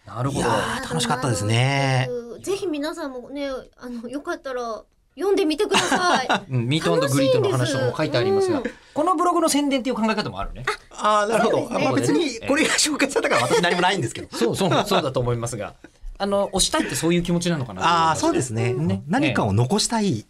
なるほいど。やー、楽しかったですね。ぜひ皆さんもねあのよかったら読んでみてください *laughs* うん、ミートグリートの話とかも書いてありますが、うんこのブログの宣伝っていう考え方もあるね。ああ、なるほど。そうですねまあ別にこれが紹介されたから私何もないんですけど。そうそう、そうだと思いますが。あの、押したいってそういう気持ちなのかなああ、そうですね。ね何かを残したい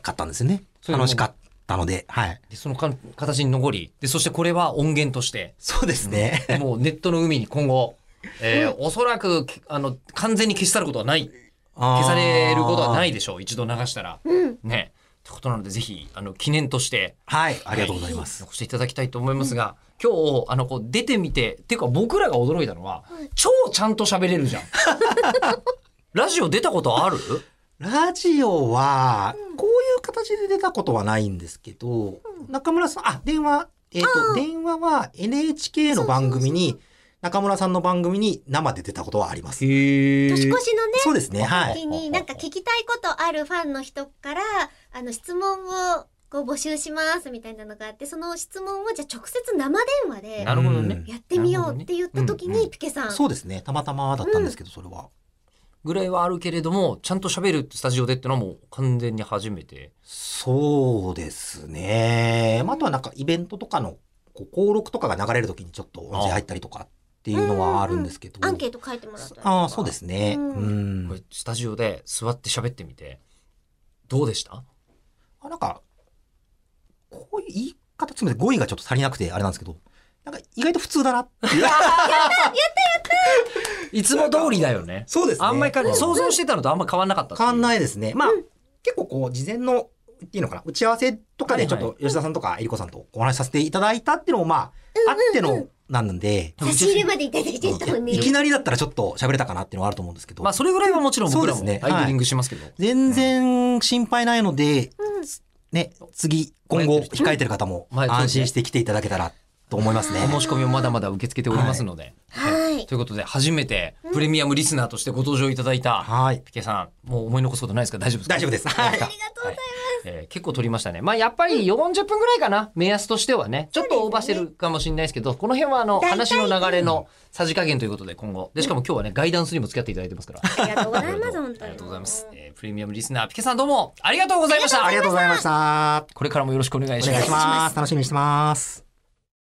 かったんですよね。そういう楽しかったので。はい。でそのか形に残りでそしてこれは音源と *laughs* してそうですね。もうネットの海に今後、えーおそらくけあの完全に消し去ることはない消消。されることはないいでしょう一度流したら。うんねってことなのでぜひあの記念としてはい。ありがとうございます。残していただきたいと思いますが、今日あのこう出てみてっていうか僕らが驚いたのは、超ちゃんと喋れるじゃん。 *laughs* ラジオ出たことあるラジオは、こういう形で出たことはないんですけど、中村さん、あ、電話、えっと、電話は NHK の番組に、中村さんの番組に生で出たことはあります。へ年越しのねそうですね。はい。時になんか聞きたいことあるファンの人からあの質問をこう募集しますみたいなのがあってその質問をじゃあ直接生電話でなるほどね。やってみようって言った時うんうにピケさんそうですね。たまたまだったんですけど、それは。ぐらいはあるけれどもちゃんと喋るってスタジオでってのはもう完全に初めて。そうですね。まああとはなんかイベントとかの、こう、登録とかが流れるときにちょっと音声入ったりとかっていうのはあるんですけど。アンケート書いてもらったああ、そうですね。ううんん。これスタジオで座って喋ってみてどうでしたあなんか、こういう言い方、すみません、語彙がちょっと足りなくてあれなんですけど、なんか意外と普通だなって *laughs* いう。いつも通りだよね。そうであんまり変か想像してたのとあんま変わんなかったっていうわんないですね。まあ、結構こう、事前の、っていうのかな、打ち合わせとかでちょっはとい吉田さんとかえりこさんとお話しさせていただいたっていうのも、まあ、あってのなんで、差し入れまでいただいちゃったもんねいきなりだったらちょっと喋れたかなっていうのはあると思うんですけど、まあそれぐらいはもちろん僕らもそうアでイすねはいドリングしますけど。全然心配ないので、うんね、次、今後控えてる方もうん安心して来ていただけたらと思いますね。お申し込みをまだまだ受け付けておりますので。はいということで初めてプレミアムリスナーとしてご登場いただいたはい。ピケさんもう思い残すことないですか大丈夫ですか大丈夫です。はい。ありがとうございまえー結構取りましたね。まあやっぱり40分ぐらいかな、目安としてはね。ちょっとオーバーしてるかもしれないですけど、この辺はあの大体話の流れのさじ加減ということで今後。で、しかも今日はね、ガイダンスにも付き合っていただいてますから。すありがとうございあまりす本当にがとうございます。えープレミアムリスナー、ピケさんどうもありがとうございました。ありがとうございました。これからもよろしくお願いしまお願いすし。ます。楽しみにしてます。